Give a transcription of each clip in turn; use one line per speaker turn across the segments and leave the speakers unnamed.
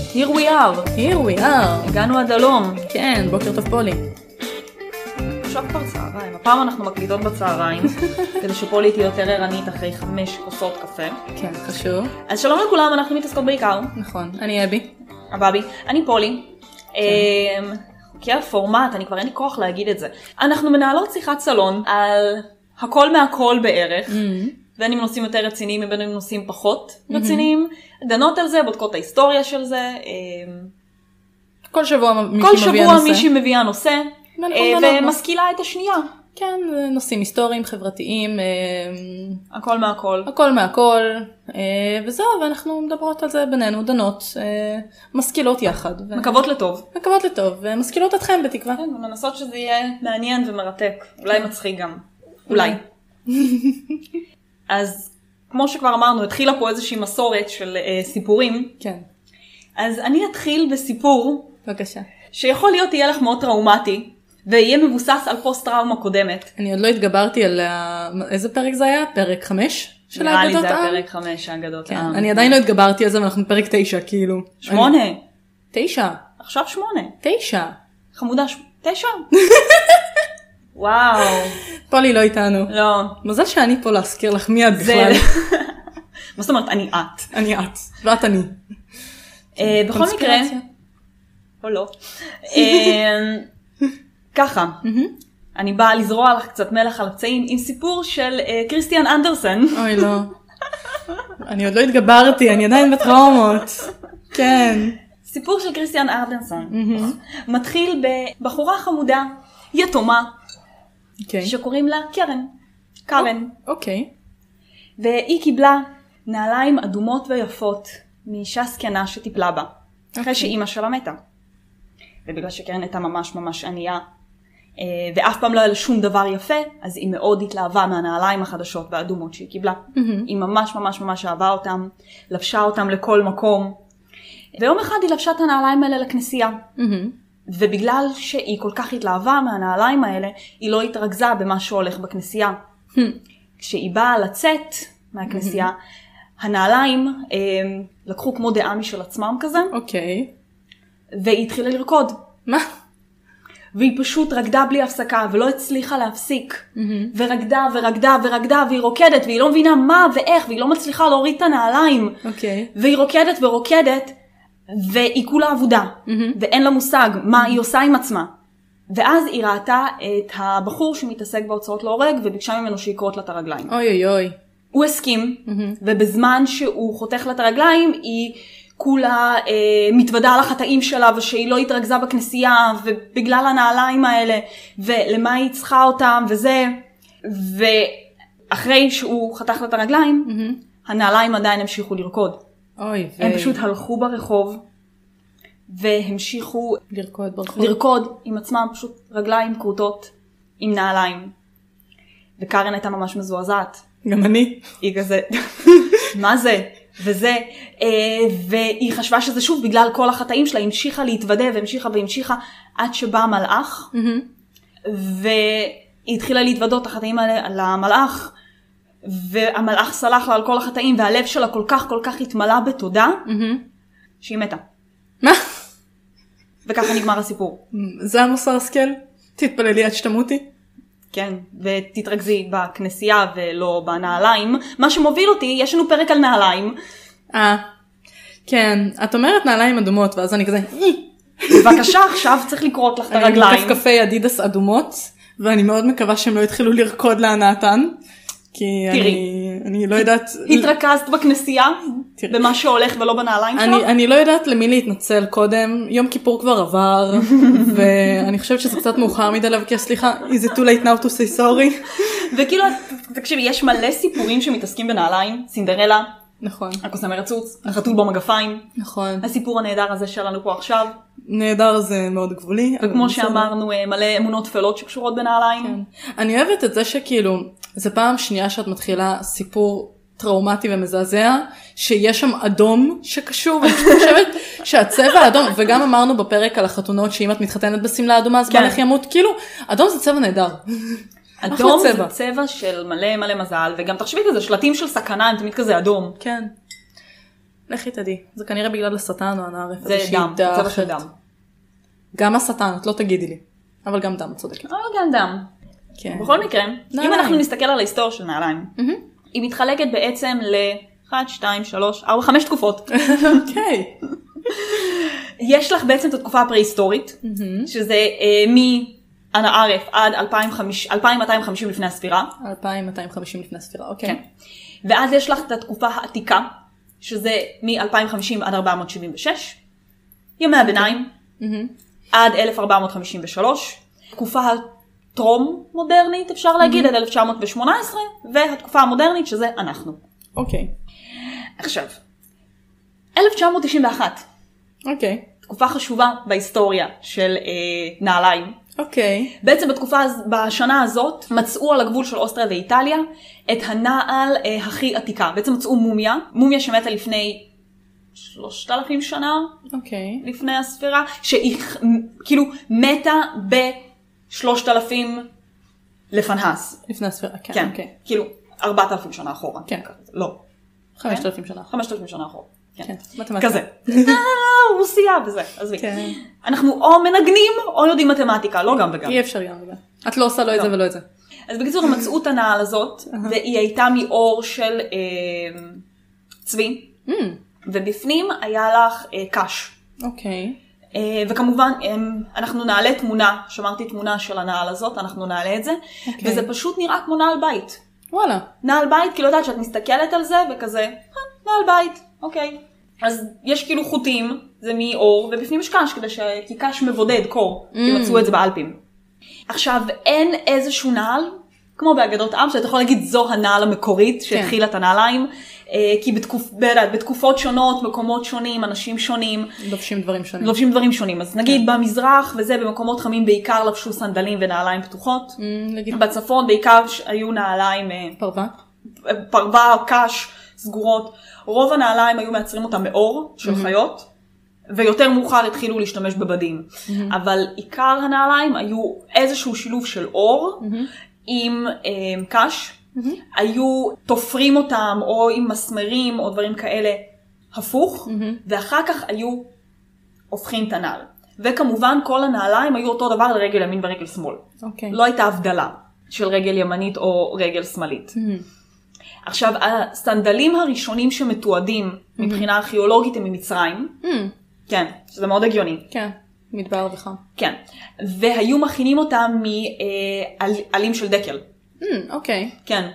are, here we are, הגענו עד הלום. כן, בוקר טוב פולי.
עכשיו כבר צהריים, הפעם אנחנו מקליטות בצהריים, כדי שפולי תהיה יותר ערנית אחרי חמש כוסות קפה.
כן, חשוב.
אז שלום לכולם, אנחנו מתעסקות בעיקר,
נכון, אני אבי.
הבאבי, אני פולי. אמ, חוקי הפורמט, אני כבר אין לי כוח להגיד את זה. אנחנו מנהלות שיחת סלון על הכל מהכל בערך. בין אם נושאים יותר רציניים ובין אם נושאים פחות רציניים, דנות על זה, בודקות את ההיסטוריה של זה, אמ,
כל שבוע מישהי
כל
מביא
שבוע
נושא.
מישהי מביאה נושא,
ואנחנו
אה,
דנות בו.
ומשכילה את השנייה,
כן, זה נושאים היסטוריים, חברתיים, אה,
הכל מהכל.
הכל מהכל, אה, וזהו, ואנחנו מדברות על זה בינינו, דנות, אה, משכילות יחד. ו-
מקוות לטוב.
מקוות לטוב, ומשכילות אתכם בתקווה.
כן, ומנסות שזה יהיה מעניין ומרתק. אולי מצחיק גם. כן. אולי. אז כמו שכבר אמרנו, התחילה פה איזושהי מסורת של אה, סיפורים.
כן,
אז אני אתחיל בסיפור
בבקשה.
שיכול להיות יהיה לך מאוד טראומטי, ויהיה מבוסס על פוסט טראומה קודמת.
אני עוד לא התגברתי על ה... איזה פרק זה היה? פרק 5 של
נראה לי
האגדות
זה
העם?
הפרק חמש, האגדות
כן,
העם.
אני עדיין לא התגברתי על זה ואנחנו בפרק 9 כאילו.
שמונה.
אני- תשע.
עכשיו שמונה.
תשע.
חמודה ש... תשע? וואו.
פולי לא איתנו.
לא.
מזל שאני פה להזכיר לך מי את
זה...
בכלל.
מה זאת אומרת? אני את.
אני את. ואת אני.
אה, בכל מקרה,
קונספירציה.
או לא. אה, ככה, אני באה לזרוע לך קצת מלח על הפצעים עם סיפור של אה, כריסטיאן אנדרסן.
אוי לא. אני עוד לא התגברתי, אני עדיין בטראומות. כן.
סיפור של כריסטיאן אנדרסן מתחיל בבחורה חמודה, יתומה,
אוקיי.
שקוראים לה קרן. קרן.
אוקיי.
והיא קיבלה נעליים אדומות ויפות מאישה זקנה שטיפלה בה, אחרי שאימא שלה מתה. ובגלל שקרן הייתה ממש ממש ענייה, אה, ואף פעם לא היה לה שום דבר יפה, אז היא מאוד התלהבה מהנעליים החדשות והאדומות שהיא קיבלה. היא ממש ממש ממש אהבה אותם, לבשה אותם לכל מקום. ויום אחד היא לבשה את הנעליים האלה לכנסייה.
מהמם.
ובגלל שהיא כל כך התלהבה מהנעליים האלה, היא לא התרכזה במה שהולך בכנסייה. כשהיא באה לצאת מהכנסייה, הנעליים אה, לקחו כמו דעה משל עצמם כזה,
אוקיי.
והיא התחילה לרקוד.
מה?
והיא פשוט רקדה בלי הפסקה, ולא הצליחה להפסיק. ורקדה ורקדה ורקדה, והיא רוקדת, והיא לא מבינה מה ואיך, והיא לא מצליחה להוריד את הנעליים.
אוקיי.
והיא רוקדת ורוקדת, והיא כולה אבודה, ואין לה מושג מה היא עושה עם עצמה. ואז היא ראתה את הבחור שמתעסק בהוצאות להורג, וביקשה ממנו שיקרוט לה את הרגליים.
אוי אוי אוי.
הוא הסכים, ובזמן שהוא חותך לה את הרגליים, היא כולה אה, מתוודה על החטאים שלה, ושהיא לא התרכזה בכנסייה, ובגלל הנעליים האלה, ולמה היא צריכה אותם, וזה. ואחרי שהוא חתך לה את הרגליים, הנעליים עדיין המשיכו לרקוד.
אוי.
הם
ואי.
פשוט הלכו ברחוב והמשיכו
לרקוד ברחוב.
לרקוד עם עצמם, פשוט רגליים כרותות עם נעליים. וקארן הייתה ממש מזועזעת.
גם אני.
היא כזה, מה זה? וזה, אה, והיא חשבה שזה שוב בגלל כל החטאים שלה, היא המשיכה להתוודה והמשיכה והמשיכה עד שבא המלאך, והיא התחילה להתוודות את החטאים האלה למלאך, והמלאך סלח לה על כל החטאים, והלב שלה כל כך כל כך התמלא בתודה,
מהמם.
שהיא מתה.
מה?
וככה נגמר הסיפור.
זה המוסר השכל? תתפללי עד שתמותי.
כן, ותתרכזי בכנסייה ולא בנעליים. מה שמוביל אותי, יש לנו פרק על נעליים.
אה. כן. את אומרת נעליים אדומות ואז אני כזה. "אה, "אי".
בבקשה, עכשיו צריך לקרות לך את
אני עם
הרגליים.
כפכפי אדידס אדומות ואני מאוד מקווה שהם לא יתחילו לרקוד להנאתן. כי
תראי.
אני, אני לא יודעת,
התרכזת בכנסייה,
תראי.
במה שהולך ולא בנעליים
אני,
שלך?
אני לא יודעת למי להתנצל קודם, יום כיפור כבר עבר, ואני חושבת שזה קצת מאוחר מדי לבקש סליחה, is it too late now to say sorry?
וכאילו, תקשיבי, יש מלא סיפורים שמתעסקים בנעליים, סינדרלה,
נכון,
הקוסם הרצוץ, החתול במגפיים,
נכון,
הסיפור הנהדר הזה שלנו פה עכשיו,
נהדר זה מאוד גבולי. אבל
וכמו
בסדר. כן.
שאמרנו, אה, מלא אמונות טפלות שקשורות בנעליים.
נכון. אני אוהבת את זה שכאילו, זה פעם שנייה שאת מתחילה סיפור טראומטי ומזעזע, שיש שם אדום שקשור, ואני פשוט חושבת שהצבע האדום, וגם אמרנו בפרק על החתונות, שאם את מתחתנת בשמלה אדומה אז
כן.
בעלך ימות, כאילו, אדום זה צבע נהדר.
אדום
אחלה
זה
צבע.
צבע של מלא מלא מזל, וגם תחשבי כזה, שלטים של סכנה הם תמיד כזה אדום.
כן. לכי תדעי. זה כנראה בגלל השטן או הנערף.
זה
איזושהי
דם,
דעה
צבע של
אחרת.
דם.
גם השטן, את לא תגידי לי. אבל גם דם, את צודקת.
או גם דם.
כן.
בכל מקרה, אם
נעליים.
אנחנו נסתכל על ההיסטוריה של נעליים,
לא. מהמם.
היא מתחלקת בעצם ל... 1, 2, 3, 4, 5 תקופות.
אוקיי.
יש לך בעצם את התקופה הפרה-היסטורית,
מהמם.
שזה אה, מהנערף עד 2500 2250 לפני הספירה.
2250 לפני הספירה,
כן.
אוקיי.
ואז יש לך את התקופה העתיקה, שזה מ-2050 עד 476, ימי הביניים
מהמם.
עד 1453, תקופה הטרום מודרנית אפשר להגיד עד 1918, והתקופה המודרנית שזה אנחנו.
אוקיי.
עכשיו, 1991,
אוקיי.
תקופה חשובה בהיסטוריה של אה, נעליים.
אוקיי.
בעצם בתקופה, הז- בשנה הזאת, מצאו על הגבול של אוסטריה ואיטליה את הנעל אה, הכי עתיקה. בעצם מצאו מומיה, מומיה שמתה לפני 3,000 שנה
אוקיי.
לפני הספירה, שהיא ח- מ- כאילו מתה ב-3,000 לפנהס.
לפני הספירה, כן.
כן,
אוקיי.
כאילו 4,000 שנה אחורה.
כן.
לא,
5,000 שנה.
5,000 שנה אחורה. כן.
כן. מתמטיקה.
כזה. אה, רוסייה וזה, עזבי.
כן.
אנחנו או מנגנים או יודעים מתמטיקה, לא גם וגם.
אי אפשר גם וגם. את לא עושה לא את זה
לא.
ולא את זה.
אז בקיצור, הם מצאו את הנעל הזאת, והיא הייתה מאור של אה, צבי,
אמ,
ובפנים היה לך אה, קש.
אוקיי.
אה, וכמובן, הם, אנחנו נעלה תמונה, שמרתי תמונה של הנעל הזאת, אנחנו נעלה את זה,
אוקיי.
וזה פשוט נראה כמו נעל בית.
וואלה.
נעל בית, כאילו, יודעת שאת מסתכלת על זה, וכזה, "אה, נעל בית, אוקיי. אז יש כאילו חוטים, זה מאור, ובפנים יש קש, כדי ש... כי קש מבודד, קור, כי מצאו את זה באלפים. עכשיו, אין איזשהו נעל, כמו באגדות עם, שאתה יכול להגיד זו הנעל המקורית שהתחילה את הנעליים, אה, כי בתקופ... ב- בתקופות שונות, מקומות שונים, אנשים שונים,
לובשים דברים שונים.
לובשים דברים שונים. אז נגיד במזרח וזה, במקומות חמים בעיקר לבשו סנדלים ונעליים פתוחות.
אמ, נגיד
בצפון בעיקר ש- היו נעליים אה,
פרווה.
פרווה, קש, סגורות. רוב הנעליים היו מייצרים אותם מאור של חיות, ויותר מאוחר התחילו להשתמש בבדים. אבל עיקר הנעליים היו איזשהו שילוב של אור עם אה, קש. היו תופרים אותם או עם מסמרים או דברים כאלה הפוך, ואחר כך היו הופכים את הנעל. וכמובן כל הנעליים היו אותו דבר על רגל ימין ורגל שמאל.
אוקיי.
לא הייתה הבדלה של רגל ימנית או רגל שמאלית.
אמ,
עכשיו, הסנדלים הראשונים שמתועדים מבחינה ארכיאולוגית הם ממצרים,
אמ,
כן, שזה מאוד הגיוני,
כן. מדבר וחם.
כן, והיו מכינים אותם מעלים של דקל,
אמ, אוקיי.
כן,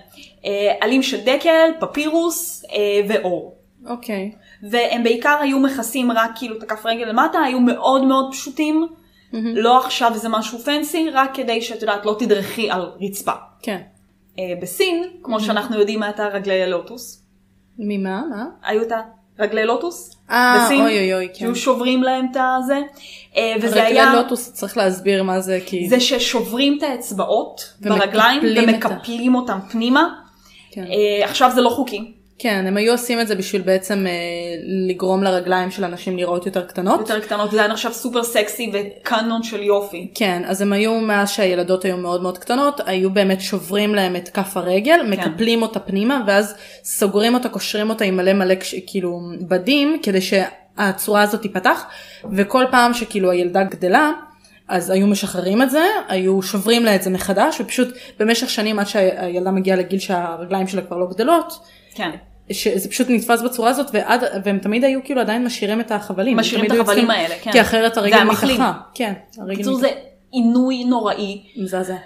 אה, עלים של דקל, פפירוס אה, ואור.
אוקיי.
והם בעיקר היו מכסים רק כאילו את הכף רגל למטה, היו מאוד מאוד פשוטים, לא עכשיו זה משהו פנסי, רק כדי שאת יודעת לא תדרכי על רצפה.
כן.
אה, בסין, כמו שאנחנו יודעים, מה הייתה רגלי הלוטוס.
ממה? מה?
היו את הרגלי לוטוס.
אה,
בסין,
אוי אוי אוי, כן. לא
שהיו שוברים להם את הזה. אה, וזה
רגלי
היה,
לוטוס צריך להסביר מה זה כי...
זה ששוברים את האצבעות
ומקפלים
ברגליים
את ה-
ומקפלים אותם פנימה.
כן.
אה, עכשיו זה לא חוקי,
כן, הם היו עושים את זה בשביל בעצם אה, לגרום לרגליים של אנשים להיראות יותר קטנות.
יותר קטנות, זה היה עכשיו סופר סקסי וקאנון של יופי.
כן, אז הם היו, מאז שהילדות היו מאוד מאוד קטנות, היו באמת שוברים להם את כף הרגל, כן. מקפלים אותה פנימה, ואז סוגרים אותה, קושרים אותה עם מלא מלא כש- כאילו בדים, כדי שהצורה הזאת תיפתח, וכל פעם שכאילו הילדה גדלה, אז היו משחררים את זה, היו שוברים לה את זה מחדש, ופשוט במשך שנים עד שהילדה מגיעה לגיל שהרגליים שלה כבר לא גדלות,
כן.
שזה פשוט נתפס בצורה הזאת, ועד, והם תמיד היו כאילו עדיין משאירים את החבלים.
משאירים
הם
את
תמיד היו
החבלים
צריכים-
האלה, כן.
כי אחרת
זה
הרגל
היה מחלים.
מתאחה. כן, הרגל
בקיצור זה עינוי נוראי,
מזעזע.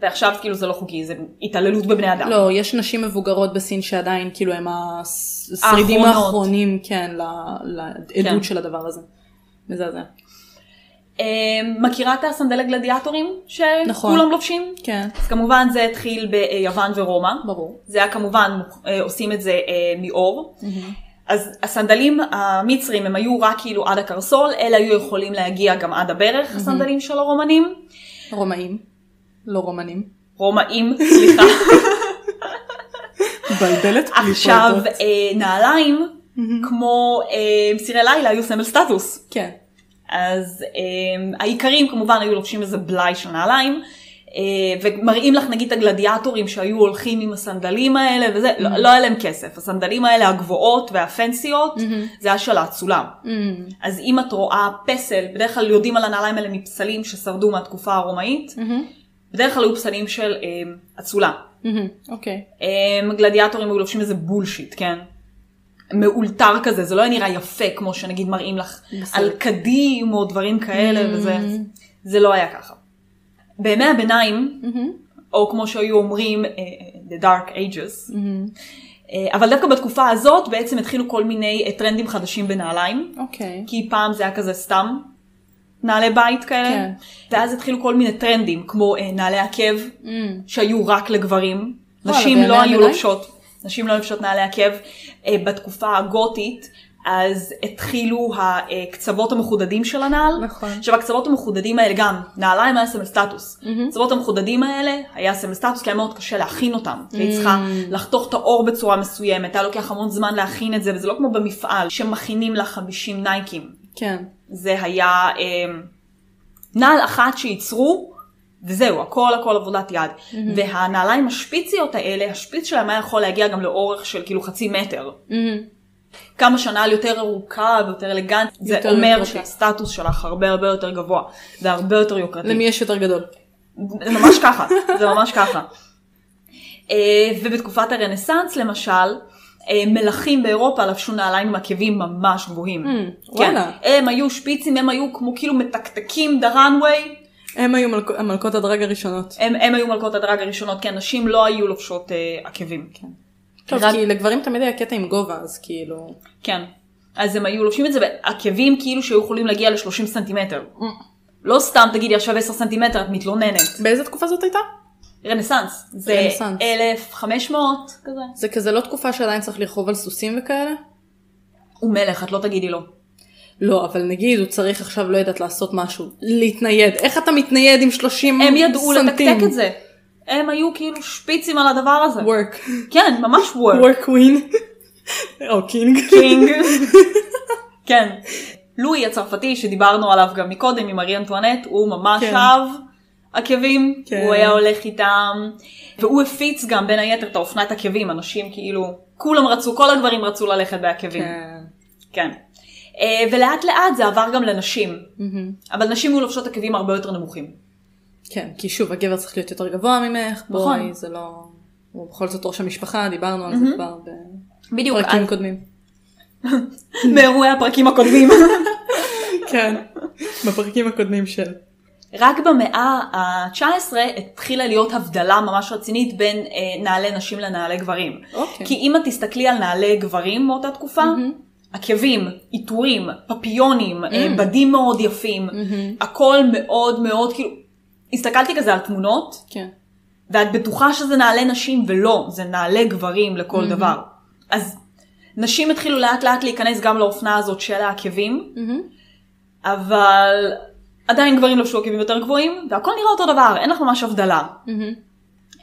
ועכשיו כאילו זה לא חוקי, זה התעללות בבני אדם.
לא, יש נשים מבוגרות בסין שעדיין כאילו הם השרידים
האחרונות.
האחרונים, כן, ל- לעדות
כן.
של הדבר הזה. מזעזע.
אה, מכירה את הסנדל הגלדיאטורים שכולם
נכון.
לובשים?
כן,
אז כמובן זה התחיל ביוון ורומא.
ברור.
זה היה כמובן, אה, עושים את זה אה, מאור. אז הסנדלים המצרים הם היו רק כאילו עד הקרסול, אלה היו יכולים להגיע גם עד הברך, הסנדלים של הרומנים.
רומאים, לא רומנים.
רומאים, סליחה.
בלבלת
עכשיו, אה, נעליים, כמו אה, סירי לילה, היו סמל סטטוס.
כן.
אמ, אז um, האיכרים כמובן היו לובשים איזה בלאי של נעליים, um, אה, ומראים לך נגיד את הגלדיאטורים שהיו הולכים עם הסנדלים האלה וזה, לא, לא היה להם כסף. הסנדלים האלה הגבוהות והפנסיות, זה היה שלט סולם. אז אם את רואה פסל, בדרך כלל יודעים על הנעליים האלה מפסלים ששרדו מהתקופה הרומאית, בדרך כלל היו פסלים של אה, אצולה.
מהמם, אוקיי.
הם אמ, גלדיאטורים היו לובשים איזה בולשיט, כן? מאולתר כזה, זה לא היה נראה יפה כמו שנגיד מראים לך
בסדר.
על קדים או דברים כאלה וזה, זה לא היה ככה. בימי הביניים, או כמו שהיו אומרים, אה, אה, the dark ages, אה, אבל דווקא בתקופה הזאת בעצם התחילו כל מיני אה, טרנדים חדשים בנעליים,
אוקיי.
כי פעם זה היה כזה סתם נעלי בית כאלה,
כן.
ואז התחילו כל מיני טרנדים כמו אה, נעלי עקב,
מהמם.
שהיו רק לגברים.
Mm. וואלה,
נשים
בימי
לא היו
הביניים?
לובשות, נשים לא לובשות נעלי עקב. אה, בתקופה הגותית, אז התחילו הקצוות המחודדים של הנעל.
נכון.
עכשיו הקצוות המחודדים האלה גם, נעליים היה סמל סטטוס. הקצוות המחודדים האלה היה סמל סטטוס כי היה מאוד קשה להכין אותם. כי היית צריכה לחתוך את האור בצורה מסוימת, היה לוקח המון זמן להכין את זה, וזה לא כמו במפעל שמכינים לך 50 נייקים.
כן.
זה היה אה, נעל אחת שייצרו, וזהו, הכל הכל עבודת יד. Mm-hmm. והנעליים השפיציות האלה, השפיץ שלהם היה יכול להגיע גם לאורך של כאילו חצי מטר.
מהמם.
כמה שהנעל יותר ארוכה ויותר אלגנטית, זה
יותר
אומר
יוקרתי.
שהסטטוס שלך הרבה הרבה יותר גבוה, זה הרבה יותר יוקרתי.
למי יש יותר גדול?
זה ממש ככה, זה ממש ככה. אה, ובתקופת הרנסאנס למשל, אה, מלכים באירופה לבשו נעליים עם עקבים ממש גבוהים.
Mm,
כן.
וואלה.
הם היו שפיצים, הם היו כמו כאילו מתקתקים דראנווי,
הם היו מלכ- מלכות הדרג הראשונות.
הם, הם היו מלכות הדרג הראשונות, כי הנשים לא היו לובשות אה, עקבים. כן.
טוב,
רק-
כי לגברים תמיד היה קטע עם גובה, אז כאילו...
כן. אז הם היו לובשים את זה בעקבים כאילו שהיו יכולים להגיע ל-30 סנטימטר.
Mm.
לא סתם תגידי עכשיו 10 סנטימטר, את מתלוננת.
באיזה תקופה זאת הייתה?
רנסאנס, זה
רנסאנס.
1500 כזה.
זה כזה לא תקופה שעדיין צריך לרכוב על סוסים וכאלה?
הוא מלך, את לא תגידי לא.
לא, אבל נגיד הוא צריך עכשיו, לא יודעת, לעשות משהו, להתנייד. איך אתה מתנייד עם 30
הם ידעו
סנטים?
לתקתק את זה. הם היו כאילו שפיצים על הדבר הזה.
work.
כן, ממש וורק.
work queen. או קינג.
קינג. כן. לואי הצרפתי שדיברנו עליו גם מקודם עם ארי אנטואנט, הוא ממש
כן.
אהב עקבים,
כן.
הוא היה הולך איתם, והוא הפיץ גם בין היתר את האופנת עקבים, אנשים כאילו, כולם רצו, כל הגברים רצו ללכת בעקבים.
כן.
כן. אה, ולאט לאט זה עבר גם לנשים,
מהמם.
אבל נשים היו לובשות עקבים הרבה יותר נמוכים.
כן, כי שוב, הגבר צריך להיות יותר גבוה ממך,
נכון.
בואי, זה לא... הוא בכל זאת ראש המשפחה, דיברנו על זה כבר
בדיוק,
בפרקים קודמים.
מאירועי הפרקים הקודמים.
כן, בפרקים הקודמים של.
רק במאה ה-19 התחילה להיות הבדלה ממש רצינית בין אה, נעלי נשים לנעלי גברים.
אוקיי.
כי אם את תסתכלי על נעלי גברים מאותה תקופה, עקבים, עיטורים, פפיונים, אה, בדים מאוד יפים, הכל מאוד מאוד כאילו, הסתכלתי כזה על תמונות,
כן.
ואת בטוחה שזה נעלי נשים ולא, זה נעלי גברים לכל דבר. אז נשים התחילו לאט לאט להיכנס גם לאופנה הזאת של העקבים, אבל עדיין גברים לבשו עקבים יותר גבוהים, והכל נראה אותו דבר, אין לך ממש הבדלה.
מהמם.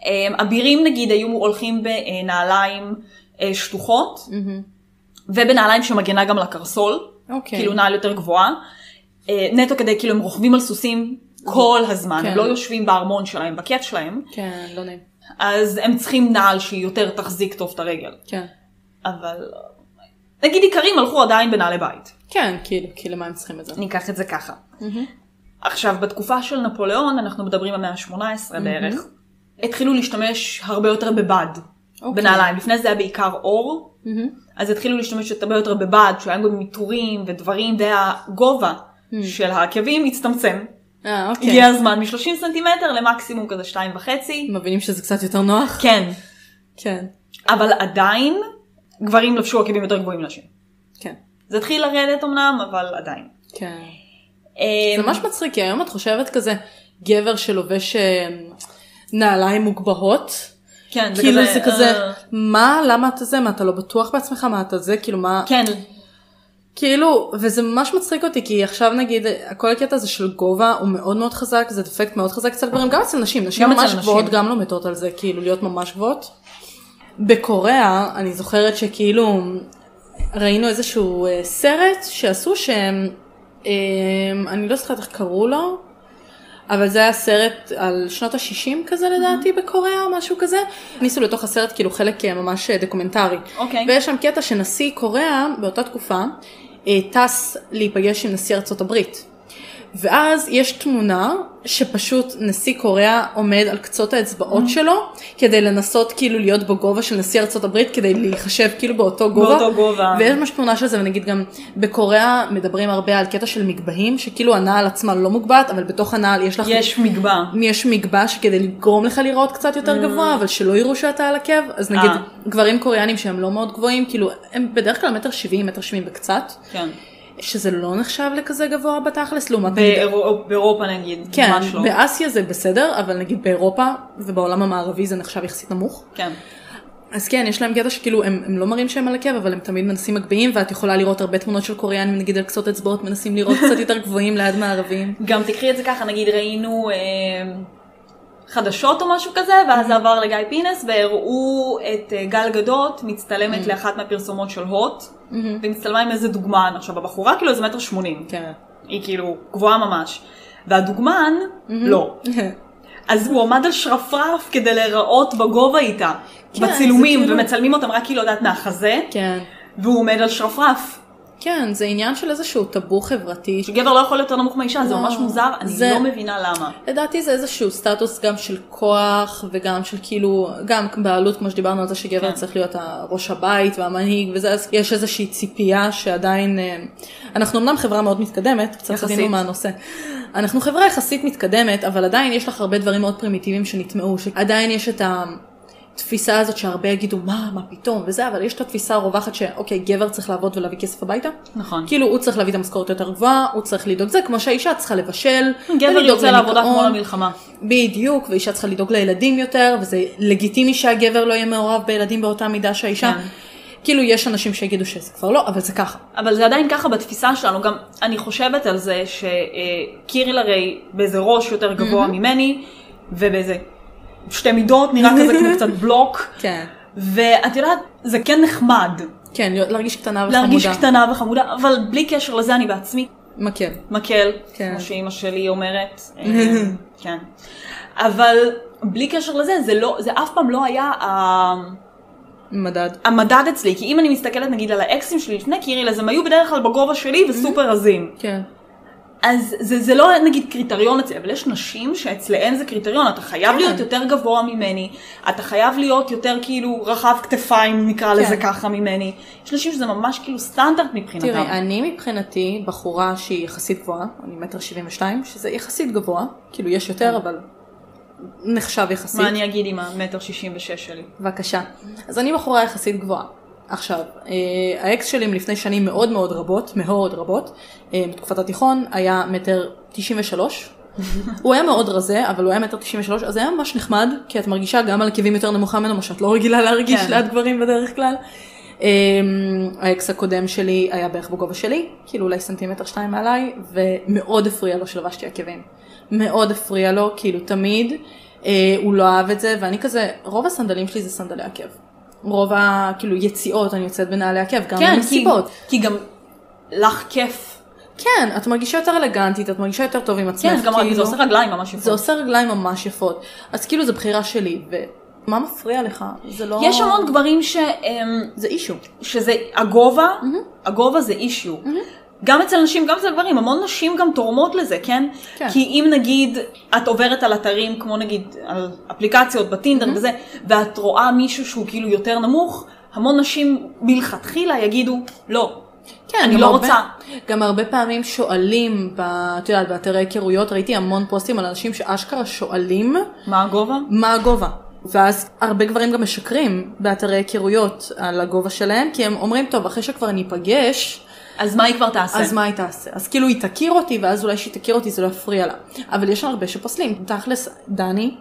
אמ, אבירים נגיד היו הולכים בנעליים אה, שטוחות,
מהמם.
ובנעליים שמגנה גם לקרסול,
אוקיי.
כאילו נעל יותר גבוהה, אה, נטו כדי כאילו הם רוכבים על סוסים כל הזמן,
כן.
הם לא יושבים בארמון שלהם, בכיף שלהם,
כן, לא נעים.
אז הם צריכים נעל שהיא יותר תחזיק טוב את הרגל.
כן.
אבל אה, נגיד איכרים הלכו עדיין בנעלי בית.
כן, כאילו, כי למה הם צריכים את זה?
ניקח את זה ככה. עכשיו, בתקופה של נפוליאון, אנחנו מדברים המאה ה-18 בערך, התחילו להשתמש הרבה יותר בבד,
אוקיי.
בנעליים. לפני זה היה בעיקר אור,
מהמם.
אז התחילו להשתמש הרבה יותר בבד, שהיה גם עיטורים ודברים, והגובה של העקבים הצטמצם.
אה, אוקיי.
הגיע הזמן מ-30 סנטימטר למקסימום כזה 2.5.
מבינים שזה קצת יותר נוח?
כן,
כן.
אבל עדיין גברים לבשו עקבים יותר גבוהים מנשים.
כן.
זה התחיל לרדת אמנם, אבל עדיין.
כן.
אמ,
זה ממש מצחיק, כי היום את חושבת כזה, גבר שלובש אה, נעליים מוגבהות,
כן,
כאילו זה כזה,
אה,
מה, למה אתה זה, מה אתה לא בטוח בעצמך, מה אתה זה, כאילו מה,
כן,
כאילו, וזה ממש מצחיק אותי, כי עכשיו נגיד, כל הקטע הזה של גובה הוא מאוד מאוד חזק, זה דפקט מאוד חזק אצל גברים, גם אצל נשים, נשים
גם אצל
ממש
נשים.
גבוהות גם לא מתות על זה, כאילו להיות ממש גבוהות. בקוריאה, אני זוכרת שכאילו, ראינו איזשהו אה, סרט שעשו שהם, אה, אני לא זוכרת איך קראו לו, אבל זה היה סרט על שנות ה-60 כזה לדעתי בקוריאה או משהו כזה. הכניסו לתוך הסרט כאילו חלק אה, ממש אה, דוקומנטרי.
אוקיי.
ויש שם קטע שנשיא קוריאה באותה תקופה אה, טס להיפגש עם נשיא ארצות הברית. ואז יש תמונה שפשוט נשיא קוריאה עומד על קצות האצבעות שלו כדי לנסות כאילו להיות בגובה של נשיא ארצות הברית כדי להיחשב כאילו באותו גובה.
באותו גובה.
ויש ממש תמונה של זה ונגיד גם בקוריאה מדברים הרבה על קטע של מגבהים שכאילו הנעל עצמה לא מוגבהת אבל בתוך הנעל יש לך
יש מגבה.
יש מגבע שכדי לגרום לך לראות קצת יותר גבוה, אבל שלא יראו שאתה על עקב, אז נגיד
Mm. אה.
גברים קוריאנים שהם לא מאוד גבוהים, כאילו הם בדרך כלל מטר שבעים, מטר שבעים וקצת,
כן.
שזה לא נחשב לכזה גבוה בתכלס, לעומת...
באירו- באירופה נגיד.
כן,
ממש לא.
באסיה זה בסדר, אבל נגיד באירופה ובעולם המערבי זה נחשב יחסית נמוך.
כן.
אז כן, יש להם קטע שכאילו הם, הם לא מראים שהם על עקב, אבל הם תמיד מנסים מגביהים, ואת יכולה לראות הרבה תמונות של קוריאנים, נגיד על קצות אצבעות, מנסים לראות קצת יותר גבוהים ליד מערבים.
גם תקחי את זה ככה, נגיד ראינו אה, חדשות או משהו כזה, ואז
Mm-hmm.
זה עבר לגיא פינס, והראו את אה, גל גדות
Mm-hmm.
מצטלמת לאחת מהפרסומות של הוט, והיא מצטלמה עם איזה דוגמן. עכשיו, הבחורה כאילו איזה מטר שמונים,
כן.
היא כאילו גבוהה ממש, והדוגמן,
Mm-hmm.
לא. אז הוא עמד על שרפרף כדי להיראות בגובה איתה,
כן,
בצילומים,
זה כאילו-
ומצלמים אותם רק כאילו, יודעת, מהחזה,
כן.
והוא עומד על שרפרף.
כן, זה עניין של איזשהו טאבו חברתי.
שגבר לא יכול להיות יותר נמוך מהאישה, זה
לא.
ממש מוזר, אני
זה-
לא מבינה למה.
לדעתי זה איזשהו סטטוס גם של כוח וגם של כאילו, גם בעלות כמו שדיברנו על זה שגבר
כן.
כן. צריך להיות ראש הבית והמנהיג וזה, אז יש איזושהי ציפייה שעדיין, אה, אנחנו אמנם חברה מאוד מתקדמת, קצת
יחסית.
חזינו מהנושא. אנחנו חברה יחסית מתקדמת, אבל עדיין יש לך הרבה דברים מאוד פרימיטיביים שנטמעו, שעדיין יש את ה... התפיסה הזאת שהרבה יגידו מה, מה פתאום וזה, אבל יש את התפיסה הרווחת שאוקיי, גבר צריך לעבוד ולהביא כסף הביתה.
נכון.
כאילו הוא צריך להביא את המשכורת יותר גבוהה, הוא צריך לדאוג זה, כמו שהאישה צריכה לבשל.
כן, גבר
ולדאוג
יוצא לעבודה
לניקיון.
כמו למלחמה.
בדיוק, ואישה צריכה לדאוג לילדים יותר, וזה לגיטימי שהגבר לא יהיה מעורב בילדים באותה מידה שהאישה.
כן.
כאילו יש אנשים שיגידו שזה כבר לא, אבל זה ככה.
אבל זה עדיין ככה בתפיסה שלנו, גם אני חושבת על זה שקיריל הרי באיזה ראש יותר גבוה ממני, ובאיזה שתי מידות, נראה כזה כמו קצת בלוק,
כן.
ואת יודעת, זה כן נחמד,
כן, להיות- להרגיש קטנה וחמודה.
להרגיש קטנה וחמודה, אבל בלי קשר לזה אני בעצמי
מקל.
מקל,
כן.
כמו שאימא שלי אומרת, אה, כן. אבל בלי קשר לזה, זה לא, זה אף פעם לא היה ה...
מדד.
המדד אצלי, כי אם אני מסתכלת נגיד על האקסים שלי לפני קיריל, אז הם היו בדרך כלל בגובה שלי וסופר רזים.
כן.
אז זה, זה לא נגיד קריטריון אצלי, אבל יש נשים שאצליהן זה קריטריון, אתה חייב
כן.
להיות יותר גבוה ממני, אתה חייב להיות יותר כאילו רחב כתפיים נקרא
כן.
לזה ככה ממני. יש נשים שזה ממש כאילו סטנדרט מבחינתם.
תראי, אני מבחינתי בחורה שהיא יחסית גבוהה, אני מטר שבעים ושתיים, שזה יחסית גבוה, כאילו יש יותר, אבל נחשב יחסית.
כן. מה אני אגיד עם המטר שישים ושש שלי?
בבקשה. אז אני בחורה יחסית גבוהה. עכשיו, אה, האקס שלי מלפני שנים מאוד מאוד רבות, מאוד רבות, אה, בתקופת התיכון, היה מטר 93. הוא היה מאוד רזה, אבל הוא היה מטר 93, אז זה היה ממש נחמד, כי את מרגישה גם על עקבים יותר נמוכה ממנו, מה שאת לא רגילה להרגיש
כן.
ליד גברים בדרך כלל. אה, האקס הקודם שלי היה בערך בגובה שלי, כאילו אולי סנטימטר שתיים מעליי, ומאוד הפריע לו שלבשתי עקבים. מאוד הפריע לו, כאילו תמיד, אה, הוא לא אהב את זה, ואני כזה, רוב הסנדלים שלי זה סנדלי עקב. רוב ה... כאילו יציאות, אני יוצאת בנעלי עקב, גם
כן, כי,
במסיבות.
כי גם לך כיף.
כן, את מרגישה יותר אלגנטית, את מרגישה יותר טוב עם עצמך.
כן, גם
כאילו.
זה עושה רגליים ממש
זה
יפות.
עושה רגליים ממש יפות. אז כאילו זו בחירה שלי, ומה מפריע לך? זה לא...
יש המון גברים שהם...
זה אישו.
שזה הגובה, הגובה זה אישיו. גם אצל נשים, גם אצל גברים, המון נשים גם תורמות לזה, כן?
כן.
כי אם נגיד את עוברת על אתרים, כמו נגיד על אפליקציות בטינדר וזה, ואת רואה מישהו שהוא כאילו יותר נמוך, המון נשים מלכתחילה יגידו, לא.
כן,
אני
גם
לא
הרבה-
רוצה.
גם הרבה פעמים שואלים, ב- את יודעת, באתרי היכרויות, ראיתי המון פוסטים על אנשים שאשכרה שואלים
מה הגובה?
מה הגובה. ואז הרבה גברים גם משקרים באתרי היכרויות על הגובה שלהם, כי הם אומרים, טוב, אחרי שכבר ניפגש,
אז מה היא כבר תעשה?
אז מה היא תעשה? אז כאילו היא תכיר אותי, ואז אולי שהיא תכיר אותי זה לא יפריע לה. אבל יש הרבה שפוסלים. תכלס, דני,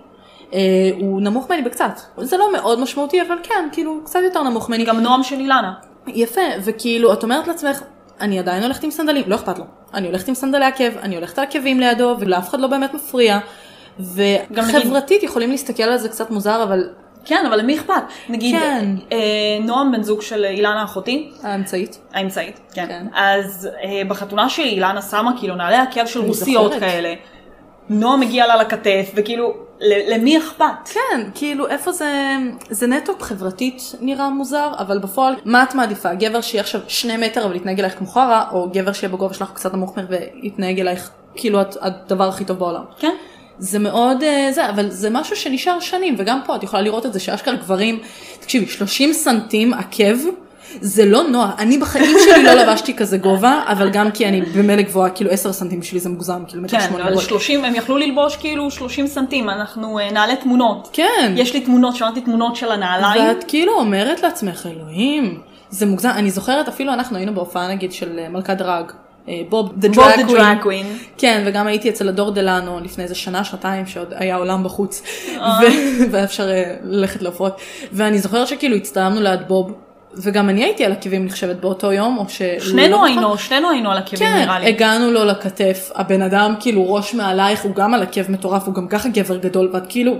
אה, הוא נמוך ממני בקצת. זה לא מאוד משמעותי, אבל כן, כאילו, קצת יותר נמוך ממני.
גם נועם של אילנה.
יפה, וכאילו, את אומרת לעצמך, אני עדיין הולכת עם סנדלים, לא אכפת לו. אני הולכת עם סנדלי עקב, אני הולכת על עקבים לידו, ולאף אחד לא באמת מפריע.
גם נגיד-
וחברתית יכולים להסתכל על זה קצת מוזר, אבל
כן, אבל למי אכפת? נגיד,
כן.
אה, נועם בן זוג של אילנה אחותי,
האמצעית.
האמצעית, כן.
כן.
אז אה, בחתונה שלי אילנה שמה כאילו נעלי עקב של
אני
רוסיות
זוכרת.
כאלה. נועם מגיע לה לכתף, וכאילו, ל- למי אכפת?
כן, כאילו איפה זה, זה נטו חברתית נראה מוזר, אבל בפועל, מה את מעדיפה? גבר שיהיה עכשיו שני מטר אבל יתנהג אלייך כמו חרא, או גבר שיהיה בגובה שלך קצת נמוך ממך ויתנהג אלייך כאילו את הדבר הכי טוב בעולם.
כן.
זה מאוד אה, זה, אבל זה משהו שנשאר שנים, וגם פה את יכולה לראות את זה שאשכרה גברים, תקשיבי, 30 סנטים עקב, זה לא נוח, אני בחיים שלי לא לבשתי כזה גובה, אבל גם כי אני במילא גבוהה, כאילו 10 סנטים שלי זה מוגזם, כאילו מטר
כן,
שמונים
אבל
גבוה.
30, הם יכלו ללבוש כאילו 30 סנטים, אנחנו אה, נעלה תמונות.
כן.
יש לי תמונות, שמעתי תמונות של הנעליים.
ואת כאילו אומרת לעצמך, אלוהים, זה מוגזם. אני זוכרת, אפילו אנחנו היינו בהופעה נגיד של אה, מלכת דרג, אה, בוב דה
בוב
דרג
the drag queen.
כן, וגם הייתי אצל הדור דלנו לפני איזה שנה, שנתיים, שעוד היה עולם בחוץ, ו- והיה אפשר אה, ללכת להופעות. ואני זוכרת שכאילו הצטלמנו ליד בוב, וגם אני הייתי על עקבים, אני חושבת, באותו יום, או ש...
שנינו
לא
היינו, שנינו היינו על הכיוון
כן,
נראה לי.
הגענו לו לכתף, הבן אדם כאילו ראש מעלייך, הוא גם על עקב מטורף, הוא גם ככה גבר גדול, ואת כאילו...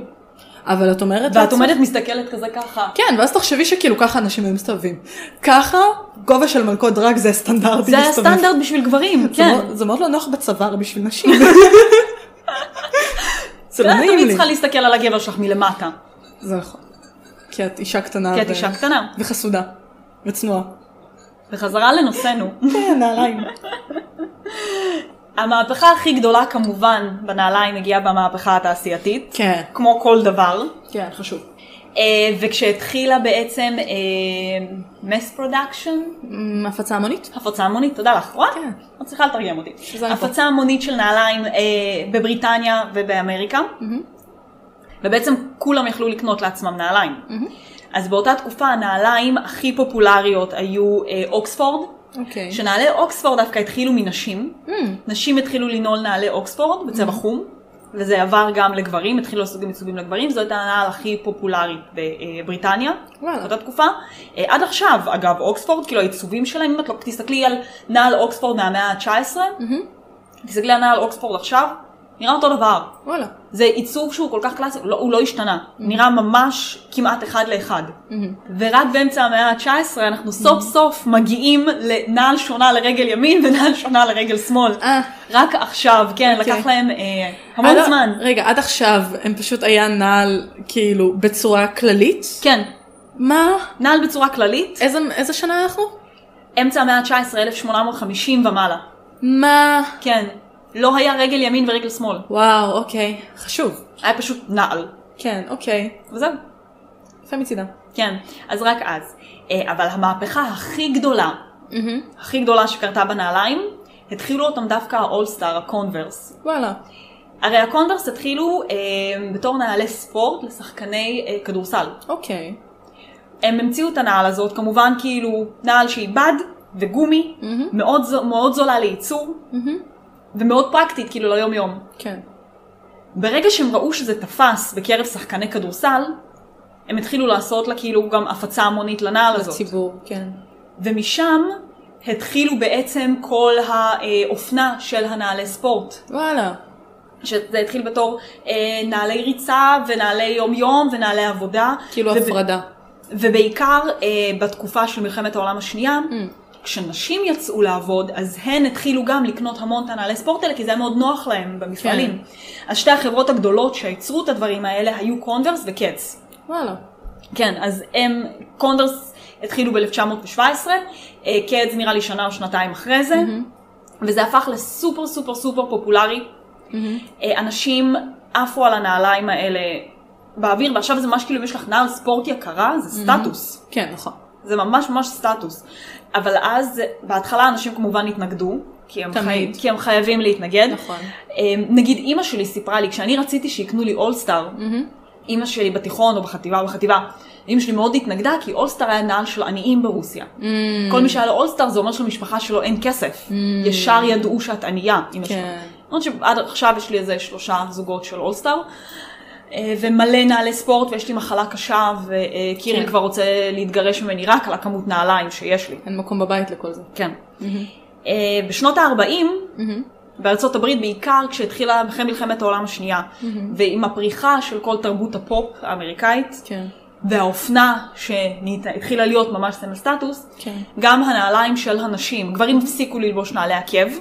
אבל את אומרת...
ואת
לעצמך-
עומדת מסתכלת כזה ככה.
כן, ואז תחשבי שכאילו ככה אנשים היו מסתובבים. ככה, גובה של מלכות דרג זה הסטנדרטי
זה היה
להסתובב.
סטנדרט בשביל גברים,
זה
כן.
מאוד- זה מאוד לא נוח בצוואר בשביל נשים. זה לא
ואת
נעים
תמיד
לי.
צריכה להסתכל על הגבר שלך מלמטה.
זה נכון. כי את אישה קטנה.
כי את
ו-
אישה קטנה.
וחסודה. וצנועה.
וחזרה לנושאנו.
כן, נעליים.
המהפכה הכי גדולה כמובן בנעליים הגיעה במהפכה התעשייתית.
כן.
כמו כל דבר.
כן, חשוב.
אה, וכשהתחילה בעצם מס פרודקשן,
מ, הפצה המונית?
הפצה המונית, תודה לך, רואה?
כן.
את צריכה לתרגם אותי.
שזה אני פה.
הפצה המונית של נעליים אה, בבריטניה ובאמריקה, ובעצם כולם יכלו לקנות לעצמם נעליים. אז באותה תקופה הנעליים הכי פופולריות היו אה, אוקספורד,
אוקיי. Mm,
שנעלי אוקספורד דווקא התחילו מנשים. נשים התחילו לנעול נעלי אוקספורד בצבע חום, וזה עבר גם לגברים, התחילו לעשות גם ייצוגים לגברים, זאת הנעל הכי פופולרית בבריטניה,
וואלה.
באותה תקופה. אה, עד עכשיו, אגב, אוקספורד, כאילו העיצובים שלהם, אם את לא תסתכלי על נעל אוקספורד מהמאה ה-19, תסתכלי על נעל אוקספורד עכשיו, נראה אותו דבר.
וואלה.
זה עיצוב שהוא כל כך קלאסי, לא, הוא לא השתנה, mm-hmm. נראה ממש כמעט אחד לאחד. Mm-hmm. ורק באמצע המאה ה-19 אנחנו סוף סוף מגיעים לנעל שונה לרגל ימין ונעל שונה לרגל שמאל.
אה.
רק עכשיו, כן,
אוקיי.
לקח להם אה, המון
עד ה-
זמן.
רגע, עד עכשיו הם פשוט היה נעל כאילו בצורה כללית?
כן,
מה?
נעל בצורה כללית,
איזה, איזה שנה אנחנו?
אמצע המאה ה-19, 1850 ומעלה.
מה?
כן, לא היה רגל ימין ורגל שמאל,
וואו, אוקיי. חשוב.
היה פשוט נעל.
כן, אוקיי.
וזהו.
יפה מצידה.
כן, אז רק אז. אה, אבל המהפכה הכי גדולה, הכי גדולה שקרתה בנעליים, התחילו אותם דווקא האולסטאר, הקונברס.
וואלה.
הרי הקונברס התחילו אה, בתור נעלי ספורט לשחקני אה, כדורסל.
אוקיי.
הם המציאו את הנעל הזאת, כמובן כאילו נעל שהיא בד וגומי, מאוד, זו- מאוד זולה לייצור, ומאוד פרקטית כאילו ליום יום.
כן.
ברגע שהם ראו שזה תפס בקרב שחקני כדורסל, הם התחילו לעשות לה כאילו גם הפצה המונית לנעל הזאת.
לציבור, כן.
ומשם התחילו בעצם כל האופנה של הנעלי ספורט.
וואלה.
שזה התחיל בתור אה, נעלי ריצה ונעלי יום יום ונעלי עבודה.
כאילו הפרדה.
ובעיקר אה, בתקופה של מלחמת העולם השנייה,
Mm.
כשנשים יצאו לעבוד, אז הן התחילו גם לקנות המון את הנעלי ספורט האלה, כי זה היה מאוד נוח להם במפעלים.
כן.
אז שתי החברות הגדולות שייצרו את הדברים האלה היו קונברס וקץ.
וואלה.
כן, אז הם, קונדרס התחילו ב-1917, אה, קדס נראה לי שנה או שנתיים אחרי זה,
Mm-hmm.
וזה הפך לסופר סופר סופר פופולרי. אה, אנשים עפו על הנעליים האלה באוויר, ועכשיו זה ממש כאילו אם יש לך נעל ספורט יקרה, זה סטטוס.
כן, נכון.
זה ממש ממש סטטוס. אבל אז, אה, בהתחלה אנשים כמובן התנגדו, כי הם,
תמיד.
חי... כי הם חייבים להתנגד.
נכון.
אה, נגיד אימא שלי סיפרה לי, כשאני רציתי שיקנו לי אולסטאר, אימא שלי בתיכון או בחטיבה, בחטיבה, אימא שלי מאוד התנגדה, כי אולסטאר היה נעל של עניים ברוסיה. כל מי שהיה לו אולסטאר זה אומר שלמשפחה שלו אין כסף. ישר ידעו שאת ענייה, אימא שלך.
כן.
למרות שעד עכשיו יש לי איזה שלושה זוגות של אולסטאר. אה, ומלא נעלי ספורט ויש לי מחלה קשה וקיריל
כן.
כבר רוצה להתגרש ממני רק על הכמות נעליים שיש לי.
אין מקום בבית לכל זה.
כן. אה, בשנות ה-40, בארצות הברית בעיקר כשהתחילה אחרי מלחמת העולם השנייה, ועם הפריחה של כל תרבות הפופ האמריקאית,
כן.
והאופנה שהתחילה להיות ממש סמל סטטוס,
כן.
גם הנעליים של הנשים, גברים הפסיקו ללבוש נעלי עקב,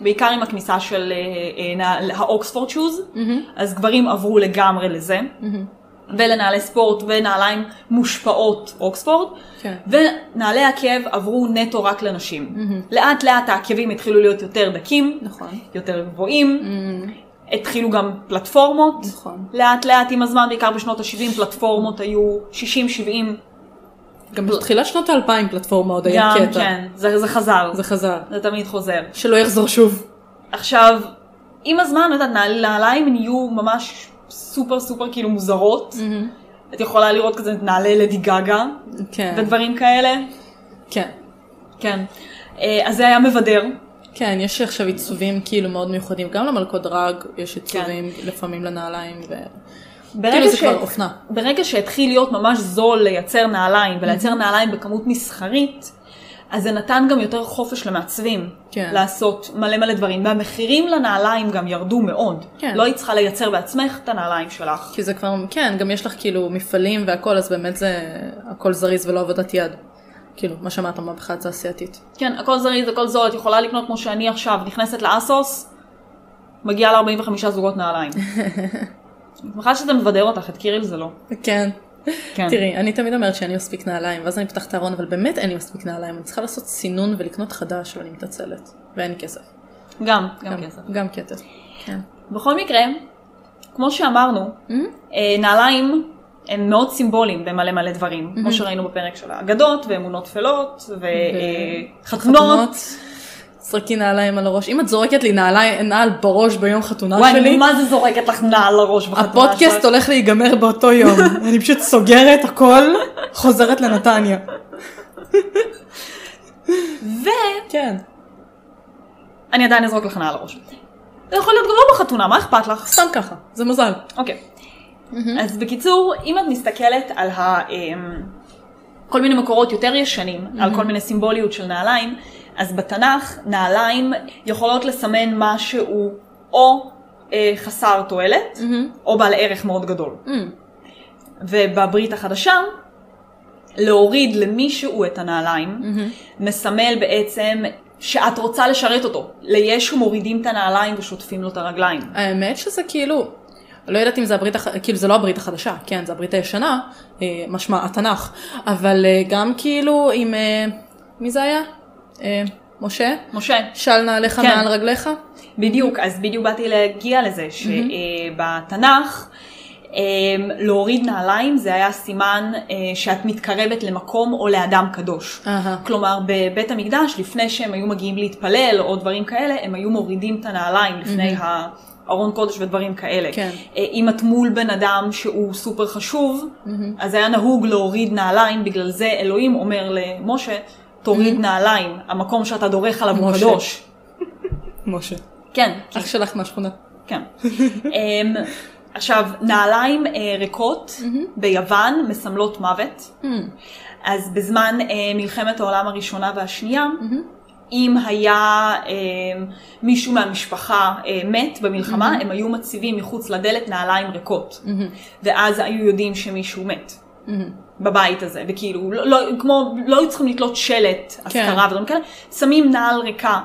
בעיקר עם הכניסה של אה, אה, נעל- האוקספורד שוז,
Mm-hmm.
אז גברים עברו לגמרי לזה, ולנעלי ספורט ונעליים מושפעות אוקספורד,
כן.
ונעלי עקב עברו נטו רק לנשים. לאט לאט העקבים התחילו להיות יותר דקים,
נכון.
יותר גבוהים, התחילו גם פלטפורמות,
נכון.
לאט לאט עם הזמן, בעיקר בשנות ה-70, פלטפורמות היו 60-70,
גם בתחילת שנות האלפיים פלטפורמה עוד היה
לא. גם
קטע.
כן, זה, זה חזר, זה...
זה חזר.
זה תמיד חוזר.
שלא יחזור שוב.
עכשיו, עם הזמן, את יודעת, נעל- נעליים נהיו ממש סופר סופר כאילו מוזרות. את יכולה לראות כזה נעלי לדי גאגה
כן.
ודברים כאלה.
כן.
כן. אה, אז זה היה מבדר.
כן, יש עכשיו עיצובים כאילו מאוד מיוחדים. גם למלכות דרג יש עיצובים
כן.
לפעמים לנעליים. ו... כאילו זה
ש-
כבר אופנה.
ברגע שהתחיל להיות ממש זול לייצר נעליים
Mhm.
ולייצר נעליים בכמות מסחרית, אז זה נתן גם יותר חופש למעצבים
כן.
לעשות מלא מלא דברים. והמחירים לנעליים גם ירדו מאוד.
כן.
לא היית צריכה לייצר בעצמך את הנעליים שלך.
כי זה כבר, כן, גם יש לך כאילו מפעלים והכל, אז באמת זה הכל זריז ולא עבודת יד. כאילו, מה שאמרת, מהפכה תעשייתית.
כן, הכל זריז, הכל זול, את יכולה לקנות כמו שאני עכשיו, נכנסת לאסוס, מגיעה ל-45 זוגות נעליים. בכלל שזה מבדר אותך, את קיריל זה לא.
כן.
כן.
תראי, אני תמיד אומרת שאין לי מספיק נעליים, ואז אני פותחת את הארון, אבל באמת אין לי מספיק נעליים, אני צריכה לעשות סינון ולקנות חדש, ואני מתעצלת. ואין כסף.
גם, גם כסף.
גם כסף. כן.
בכל מקרה, כמו שאמרנו, אה, נעליים הם מאוד סימבוליים במלא מלא דברים, כמו שראינו בפרק של האגדות, ואמונות טפלות, אה, וחתונות.
חתונות. זרקי נעליים על הראש. אם את זורקת לי נעליים, נעל בראש ביום חתונה
וואי,
שלי,
אני מה זה זורקת לך נעל לראש בחתונה
הפודקאסט
שלך?
הולך להיגמר באותו יום. אני פשוט סוגרת הכל, חוזרת לנתניה. כן.
ואני עדיין אזרוק לך נעל לראש. זה יכול להיות גם לא בחתונה, מה אכפת לך?
סתם ככה, זה מזל.
אוקיי. אז בקיצור, אם את מסתכלת על ה... אמ, כל מיני מקורות יותר ישנים, על כל מיני סימבוליות של נעליים, אז בתנ"ך נעליים יכולות לסמן משהו או אה, חסר תועלת, או בעל ערך מאוד גדול. ובברית החדשה, להוריד למישהו את הנעליים, מסמל בעצם שאת רוצה לשרת אותו. לישו מורידים את הנעליים ושוטפים לו את הרגליים.
האמת שזה כאילו, לא יודעת אם זה הברית, הח- כאילו זה לא הברית החדשה, כן, זה הברית הישנה, אה, משמע התנ"ך, אבל אה, גם כאילו עם, אה, מי זה היה? אה, משה?
משה,
של נעליך
כן.
מעל רגליך?
בדיוק, אז בדיוק באתי להגיע לזה, שבתנ"ך אמ, להוריד נעליים זה היה סימן אה, שאת מתקרבת למקום או לאדם קדוש.
אהה.
כלומר, בבית המקדש, לפני שהם היו מגיעים להתפלל או דברים כאלה, הם היו מורידים את הנעליים לפני ה... ארון קודש ודברים כאלה.
כן.
אה, אם את מול בן אדם שהוא סופר חשוב, אז היה נהוג להוריד נעליים, בגלל זה אלוהים אומר למשה, תוריד נעליים, המקום שאתה דורך עליו הוא
משה.
קדוש.
משה.
כן, כי
אח שלך מהשכונה.
כן. אמ, עכשיו, נעליים אה, ריקות ביוון מסמלות מוות. אז בזמן אה, מלחמת העולם הראשונה והשנייה, אם היה אמ, מישהו מהמשפחה אה, מת במלחמה, הם היו מציבים מחוץ לדלת נעליים ריקות. ואז היו יודעים שמישהו מת. בבית הזה, וכאילו, לא, לא, כמו, לא היו צריכים לתלות שלט, אזכרה ודברים כאלה, שמים נעל ריקה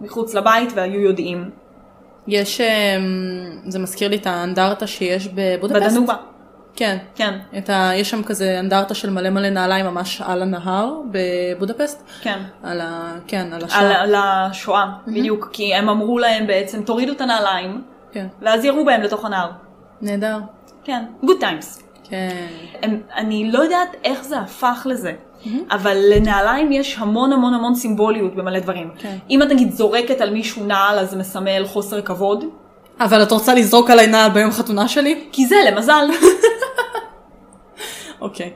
מחוץ לבית והיו יודעים
יש, אה, זה מזכיר לי את האנדרטה שיש בבודפסט.
בדנובה.
כן.
כן,
את ה... יש שם כזה אנדרטה של מלא מלא נעליים ממש על הנהר בבודפסט.
כן.
על ה... כן, על השער.
על, על השואה, בדיוק, כי הם אמרו להם בעצם, תורידו את הנעליים,
כן.
ואז ירו בהם לתוך הנהר.
נהדר.
כן, good times.
כן.
הם, אני לא יודעת איך זה הפך לזה, אבל לנעליים יש המון המון המון סימבוליות במלא דברים.
כן.
אם את נגיד זורקת על מישהו נעל, אז זה מסמל חוסר כבוד,
אבל את רוצה לזרוק עליי נעל ביום חתונה שלי?
כי זה למזל.
אוקיי.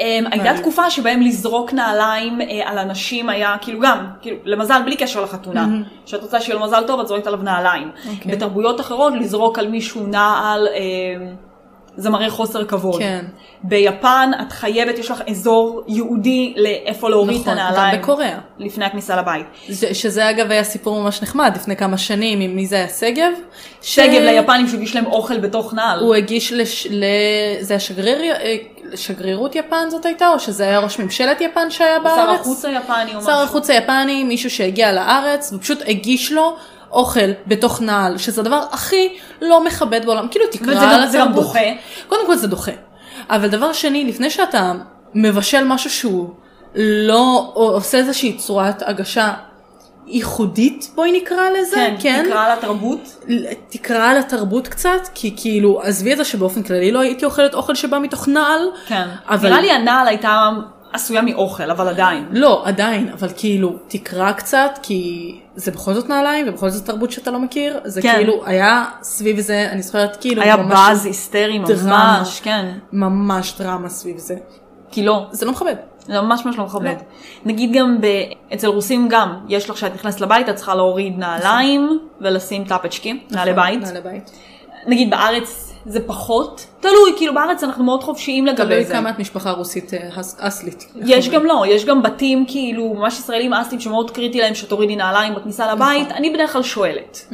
אמ, הייתה תקופה שבהם לזרוק נעליים אה, על אנשים היה כאילו גם, כאילו למזל בלי קשר לחתונה, שאת רוצה שיהיה לו מזל טוב את זורקת עליו נעליים.
אוקיי.
בתרבויות אחרות לזרוק על מישהו נעל אמ, זה מראה חוסר כבוד.
כן.
ביפן את חייבת, יש לך אזור ייעודי לאיפה להוריד את
נכון,
הנעליים.
גם בקוריאה.
לפני הכניסה לבית.
זה- שזה אגב היה סיפור ממש נחמד לפני כמה שנים עם מי זה היה שגב. ש-
שגב ליפנים שהוא הגיש להם אוכל בתוך נעל.
הוא הגיש לש... ל... זה השגריר? אה, שגרירות יפן זאת הייתה, או שזה היה ראש ממשלת יפן שהיה
שר
בארץ?
החוץ היפני או משהו.
שר החוץ היפני, מישהו שהגיע לארץ ופשוט הגיש לו אוכל בתוך נעל, שזה הדבר הכי לא מכבד בעולם. כאילו תקרא
וזה גם-
על
זה גם
התרבות.
דוחה.
קודם כל זה דוחה. אבל דבר שני, לפני שאתה מבשל משהו שהוא לא או עושה איזושהי צורת הגשה ייחודית, בואי נקרא לזה,
כן, נקרא לה תרבות.
תקרא על התרבות קצת, כי כאילו, עזבי את זה שבאופן כללי לא הייתי אוכלת אוכל שבא מתוך נעל.
כן.
אבל-
נראה לי הנעל הייתה עשויה מאוכל, אבל עדיין.
לא, עדיין, אבל כאילו, תקרא קצת, כי זה בכל זאת נעליים, ובכל זאת תרבות שאתה לא מכיר, זה
כן.
כאילו, היה סביב זה, אני זוכרת כאילו,
היה
ממש-
באז היסטרי
דרמה.
ממש, כן.
ממש דרמה סביב זה.
כי לא,
זה לא מכבד.
זה ממש ממש לא מכבד.
לא.
נגיד גם ב... אצל רוסים גם, יש לך כשאת נכנסת לבית את צריכה להוריד נעליים ולשים טאפצ'קים, נעלי בית.
נכון,
לא
נעלי בית.
נגיד בארץ זה פחות, תלוי, כאילו בארץ אנחנו מאוד חופשיים לגבי
תלוי
זה.
כמה את משפחה רוסית אה, אס- אסלית.
יש גם לא, יש גם בתים כאילו ממש ישראלים אסים שמאוד קריטי להם שתורידי נעליים
נכון.
בכניסה לבית, אני בדרך כלל
Mm.
שואלת.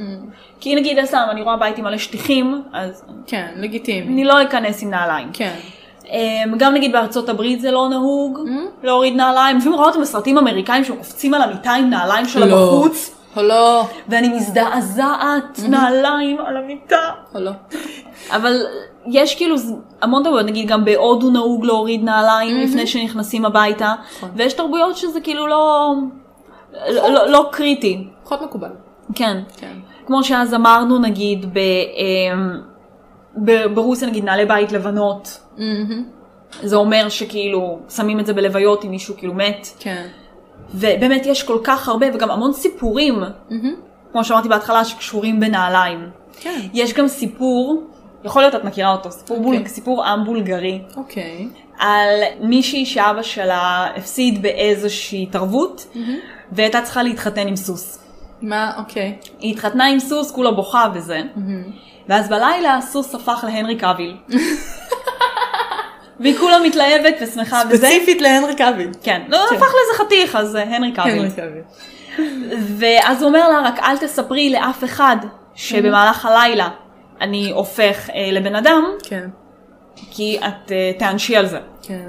כי נגיד סתם אני רואה בית עם מלא שטיחים, אז
כן, לגיטימי.
אני לא אכנס עם נעליים.
כן.
אמ, גם נגיד בארצות הברית זה לא נהוג להוריד נעליים, לפעמים רואה אותם בסרטים אמריקאים שהם קופצים על המיטה עם נעליים שלה
לא.
בחוץ,
הלו.
ואני מזדעזעת, נעליים על המיטה.
הלו.
Mm-hmm. אבל יש כאילו ז- המון תרבויות, נגיד גם בהודו נהוג להוריד נעליים לפני שנכנסים הביתה, ויש תרבויות שזה כאילו לא, לא, לא, לא קריטי,
פחות מקובל.
כן.
כן.
כמו שאז אמרנו נגיד ב, אמ, ב, ברוסיה נגיד נעלי בית לבנות, זה אומר שכאילו שמים את זה בלוויות אם מישהו כאילו מת,
כן.
ובאמת יש כל כך הרבה וגם המון סיפורים, כמו שאמרתי בהתחלה, שקשורים בנעליים.
כן.
יש גם סיפור, יכול להיות את מכירה אותו, סיפור, בול,
אוקיי.
סיפור עם בולגרי,
אוקיי.
על מישהי שאבא שלה הפסיד באיזושהי התערבות, והייתה צריכה להתחתן עם סוס.
מה, אוקיי.
היא התחתנה עם סוס, כולה בוכה וזה, ואז בלילה הסוס הפך להנרי קאביל. והיא כולה מתלהבת ושמחה אה, וזה.
ספציפית להנרי קאביל.
כן, לא,
כן.
הפך לאיזה חתיך, אז אה, הנרי קאביל.
הנרי כן. קאביל.
ואז הוא אומר לה, רק אל תספרי לאף אחד שבמהלך הלילה אני הופך אה, לבן אדם,
כן.
כי את אה, תענשי על זה.
כן.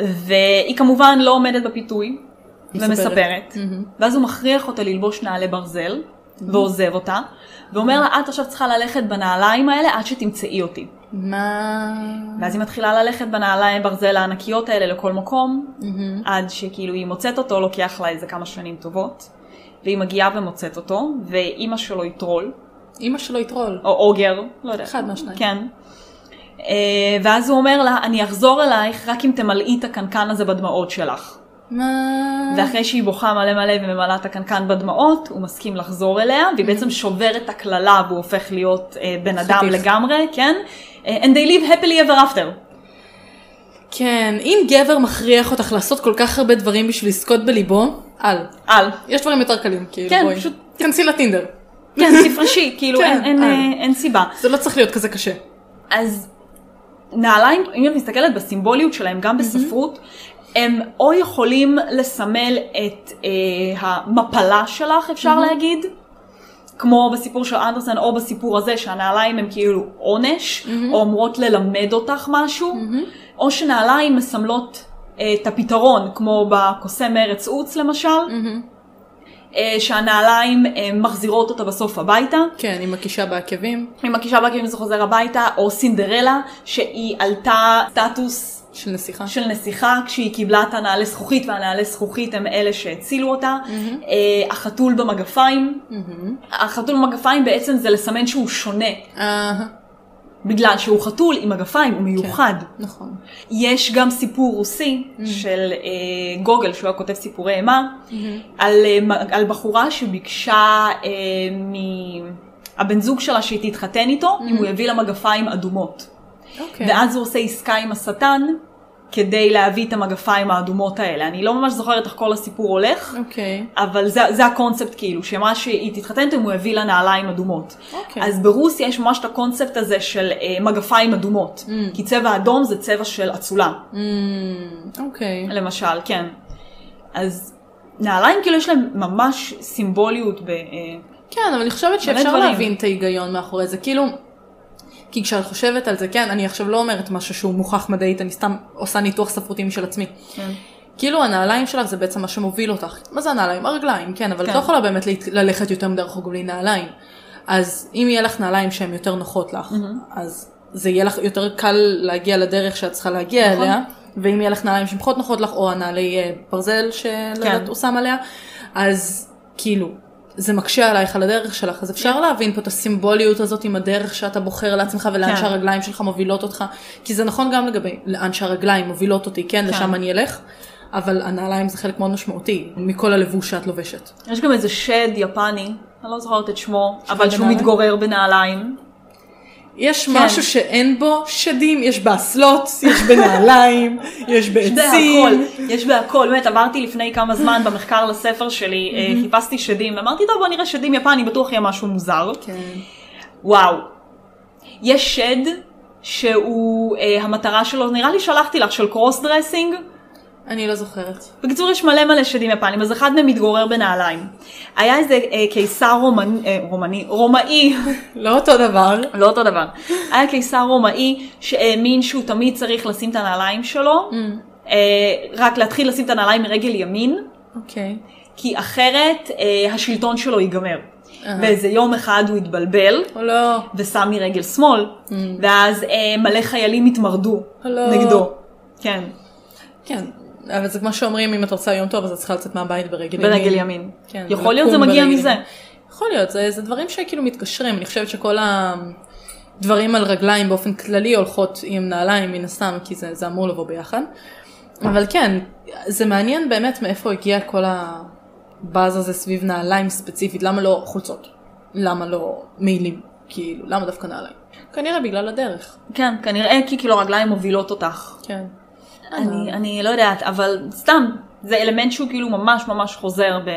והיא כמובן לא עומדת בפיתוי,
מספרת.
ומספרת.
מהמם.
ואז הוא מכריח אותה ללבוש נעלי ברזל, ועוזב אותה, ואומר לה, את עכשיו צריכה ללכת בנעליים האלה עד שתמצאי אותי.
מה...
ואז היא מתחילה ללכת בנעליים ברזל הענקיות האלה לכל מקום,
מהמם.
עד שכאילו היא מוצאת אותו, לוקח לה איזה כמה שנים טובות. והיא מגיעה ומוצאת אותו, ואימא שלו היא טרול,
אימא שלו היא טרול.
או אוגר, לא יודעת.
אחד מהשניים.
כן. אה, ואז הוא אומר לה, אני אחזור אלייך רק אם תמלאי את הקנקן הזה בדמעות שלך.
מה... אה.
ואחרי שהיא בוכה מלא מלא וממלאה את הקנקן בדמעות, הוא מסכים לחזור אליה,
Mm-hmm.
והיא בעצם שוברת את הקללה והוא הופך להיות אה, בן אדם
חתיך.
לגמרי, כן? אה, And they live happily ever after.
כן, אם גבר מכריח אותך לעשות כל כך הרבה דברים בשביל לזכות בליבו, אל.
על.
יש דברים יותר קלים, כאילו,
כן,
בואי.
פשוט-
כנסי לטינדר.
כן, תפרשי, כאילו
כן,
אין- אין,
על.
אה, אין סיבה.
זה לא צריך להיות כזה קשה.
אז נעליים, אם את מסתכלת בסימבוליות שלהם, גם בספרות, הם או יכולים לסמל את אה, המפלה שלך, אפשר להגיד, כמו בסיפור של אנדרסן, או בסיפור הזה, שהנעליים הם כאילו עונש, או אמורות ללמד אותך משהו, או שנעליים מסמלות אה, את הפתרון, כמו בקוסם ארץ עוץ למשל, אה, שהנעליים אה, מחזירות אותה בסוף הביתה.
כן, עם הקישה בעקבים
עם הקישה בלקים זה חוזר הביתה, או סינדרלה, שהיא עלתה סטטוס
של נסיכה.
של נסיכה כשהיא קיבלה את הנעלי זכוכית, והנעלי זכוכית הם אלה שהצילו אותה. אה, החתול במגפיים, החתול במגפיים בעצם זה לסמן שהוא שונה,
אהה,
בגלל שהוא חתול עם מגפיים, הוא מיוחד.
נכון.
יש גם סיפור רוסי של אה, גוגל, שהוא היה כותב סיפורי אימה, על, אה, מ- על בחורה שביקשה אה, מהבן זוג שלה שהיא תתחתן איתו, אם הוא יביא לה מגפיים אדומות.
אוקיי.
ואז הוא עושה עסקה עם השטן כדי להביא את המגפיים האדומות האלה. אני לא ממש זוכרת איך כל הסיפור הולך.
אוקיי.
אבל זה, זה הקונספט כאילו, שהיא אמרה שהיא תתחתן איתו אם הוא יביא לה נעליים אדומות.
אוקיי.
אז ברוסיה יש ממש את הקונספט הזה של אה, מגפיים אדומות, mm. כי צבע אדום זה צבע של אצולה,
Mm. אמ, אוקיי.
למשל, כן. אז נעליים כאילו יש להם ממש סימבוליות ב... אה,
כן, אבל אני חושבת שאפשר
דברים.
להבין את ההיגיון מאחורי זה. כאילו, כי כשאת חושבת על זה, כן, אני עכשיו לא אומרת משהו שהוא מוכח מדעית, אני סתם עושה ניתוח ספרותי משל עצמי.
כן.
כאילו הנעליים שלך זה בעצם מה שמוביל אותך. מה זה הנעליים? הרגליים, כן, אבל את
כן.
לא יכולה באמת להת- ללכת יותר מדי רחוק בלי נעליים. אז אם יהיה לך נעליים שהן יותר נוחות לך, אז זה יהיה לך יותר קל להגיע לדרך שאת צריכה להגיע
נכון.
אליה, ואם יהיה לך נעליים שהן פחות נוחות לך, או הנעלי אה, ברזל שלא
כן.
יודעת, הוא שם עליה, אז כאילו, זה מקשה עלייך על הדרך שלך, אז אפשר להבין פה את הסימבוליות הזאת עם הדרך שאתה בוחר לעצמך ולאן
כן.
שהרגליים שלך מובילות אותך, כי זה נכון גם לגבי לאן שהרגליים מובילות אותי, כן, לשם אני אלך, אבל הנעליים זה חלק מאוד משמעותי מכל הלבוש שאת לובשת.
יש גם איזה שד יפני, אני לא זוכרת את שמו, אבל שהוא
בנעליים?
מתגורר בנעליים.
יש משהו שאין בו שדים, יש באסלות, יש בנעליים, יש בעצים.
בהכל, יש בהכל, באמת עברתי לפני כמה זמן במחקר לספר שלי, אה, חיפשתי שדים, ואמרתי טוב בוא נראה שדים יפני, בטוח יהיה משהו מוזר.
כן.
וואו. יש שד שהוא, אה, המטרה שלו, נראה לי שלחתי לך, של קרוס דרסינג.
אני לא זוכרת.
בקיצור יש מלא מלא שדים יפנים, אז אחד מהם מתגורר בנעליים. היה איזה אה, קיסר רומני, אה, רומני, רומאי,
לא אותו דבר.
לא אותו דבר, היה קיסר רומאי שהאמין שהוא תמיד צריך לשים את הנעליים
Mm.
שלו, אה, רק להתחיל לשים את הנעליים מרגל ימין,
אוקיי.
כי אחרת אה, השלטון שלו ייגמר.
אהה.
ואיזה יום אחד הוא התבלבל,
או לא.
ושם מרגל שמאל, ואז אה, מלא חיילים התמרדו
Mm. הלו.
נגדו. כן,
כן. אבל זה כמו שאומרים, אם את רוצה יום טוב, אז את צריכה לצאת מהבית ברגל ימין.
ברגל ימין.
כן,
יכול להיות זה
ולקום
מגיע
ברגל
מזה.
ימין. יכול להיות, זה, זה דברים שכאילו מתקשרים, אני חושבת שכל הדברים על רגליים באופן כללי הולכות עם נעליים מן הסתם, כי זה, זה אמור לבוא ביחד. אבל כן, זה מעניין באמת מאיפה הגיע כל הבאז הזה סביב נעליים ספציפית, למה לא חולצות? למה לא מעילים? כאילו, למה דווקא נעליים? כנראה בגלל הדרך.
כן, כנראה כי כאילו הרגליים מובילות אותך.
כן.
אני, אני לא יודעת, אבל סתם, זה אלמנט שהוא כאילו ממש ממש חוזר ב...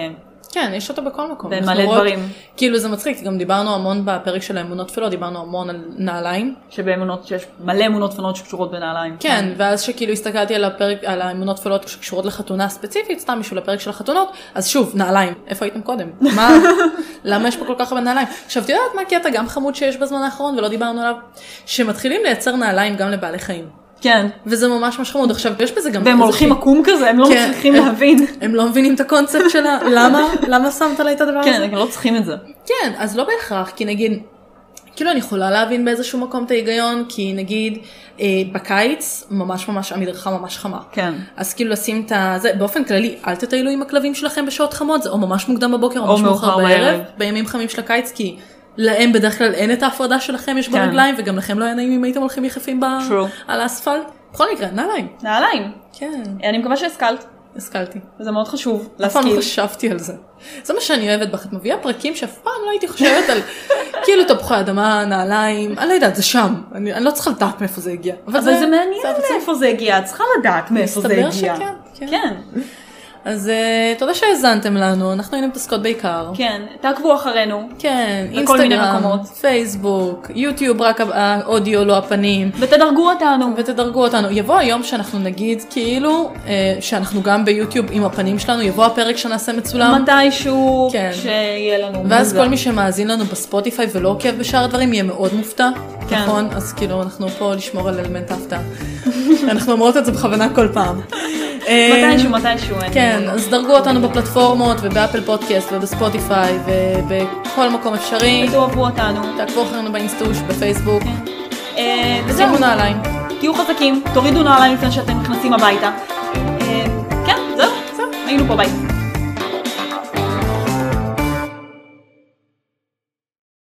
כן, יש אותו בכל מקום.
במלא
אנחנו רואות-
דברים.
כאילו זה מצחיק, גם דיברנו המון בפרק של האמונות תפילות, דיברנו המון על נעליים.
שבאמונות, שיש מלא אמונות פנות שקשורות בנעליים.
כן, ואז שכאילו הסתכלתי על הפרק, על האמונות תפילות שקשורות לחתונה ספציפית, סתם בשביל הפרק של החתונות, אז שוב, נעליים, איפה הייתם קודם? מה, למה יש פה כל כך הרבה נעליים? עכשיו, את יודעת מה קטע גם חמוד שיש בזמן האחרון ולא דיברנו עליו? שמתחילים לייצר נעליים גם לבעלי חיים.
כן.
וזה ממש ממש חמוד, עכשיו יש בזה גם...
והם
איזה
הולכים
חי-
עקום כזה, הם לא
כן,
מצליחים
הם-
להבין.
הם לא מבינים את הקונספט שלה, למה? למה שמת לה את הדבר הזה?
כן, הם לא צריכים את זה.
כן, אז לא בהכרח, כי נגיד, כאילו אני יכולה להבין באיזשהו מקום את ההיגיון, כי נגיד אה, בקיץ ממש ממש המדרכה ממש חמה.
כן.
אז כאילו לשים את הזה, באופן כללי, אל תטיילו עם הכלבים שלכם בשעות חמות, זה או ממש מוקדם בבוקר או ממש מאוחר בערב, בימים חמים של הקיץ, כי להם בדרך כלל אין את ההפרדה שלכם יש
כן.
ברגליים, וגם לכם לא היה נעים אם הייתם הולכים יחפים ב...
True.
על האספלט. בכל מקרה, נעליים.
נעליים.
כן,
אני מקווה שהשכלת,
השכלתי.
וזה מאוד חשוב
אף פעם
להשכיל.
לא חשבתי על זה. זה מה שאני אוהבת בך, את מביאה פרקים שאף פעם לא הייתי חושבת על כאילו תפוחי אדמה, נעליים, אני לא יודעת, זה שם, אני, אני לא צריכה לדעת מאיפה זה הגיע.
אבל זה מעניין מאיפה זה הגיע, את צריכה לדעת מאיפה זה
מסתבר
הגיע.
שכן, כן.
כן,
אז אה, תודה שהאזנתם לנו, אנחנו היינו מתעסקות בעיקר.
כן, תעקבו אחרינו,
כן,
בכל מיני
אינסטגרם,
מקומות.
פייסבוק, יוטיוב, רק האודיו, לא הפנים.
ותדרגו אותנו.
ותדרגו אותנו. יבוא היום שאנחנו נגיד כאילו אה, שאנחנו גם ביוטיוב עם הפנים שלנו, יבוא הפרק שנעשה מצולם.
מתישהו,
לא. כן.
כשיהיה לנו.
ואז
מוזר.
כל מי שמאזין לנו בספוטיפיי ולא עוקב בשאר הדברים יהיה מאוד מופתע,
כן.
נכון? אז כאילו אנחנו פה לשמור על אלמנט ההפתעה. אנחנו אומרות את זה בכוונה כל פעם. אה,
מתישהו, מתישהו. אין-
כן, אז דרגו אותנו בפלטפורמות ובאפל פודקאסט ובספוטיפיי ובכל מקום אפשרי.
תאהבו אותנו.
תעקבו אחרינו באינסטוש, בפייסבוק.
אה, כן. וזהו,
שימו נעליים.
תהיו חזקים, תורידו נעליים לפני שאתם נכנסים הביתה. אה, כן, זהו, זהו, היינו פה ביי.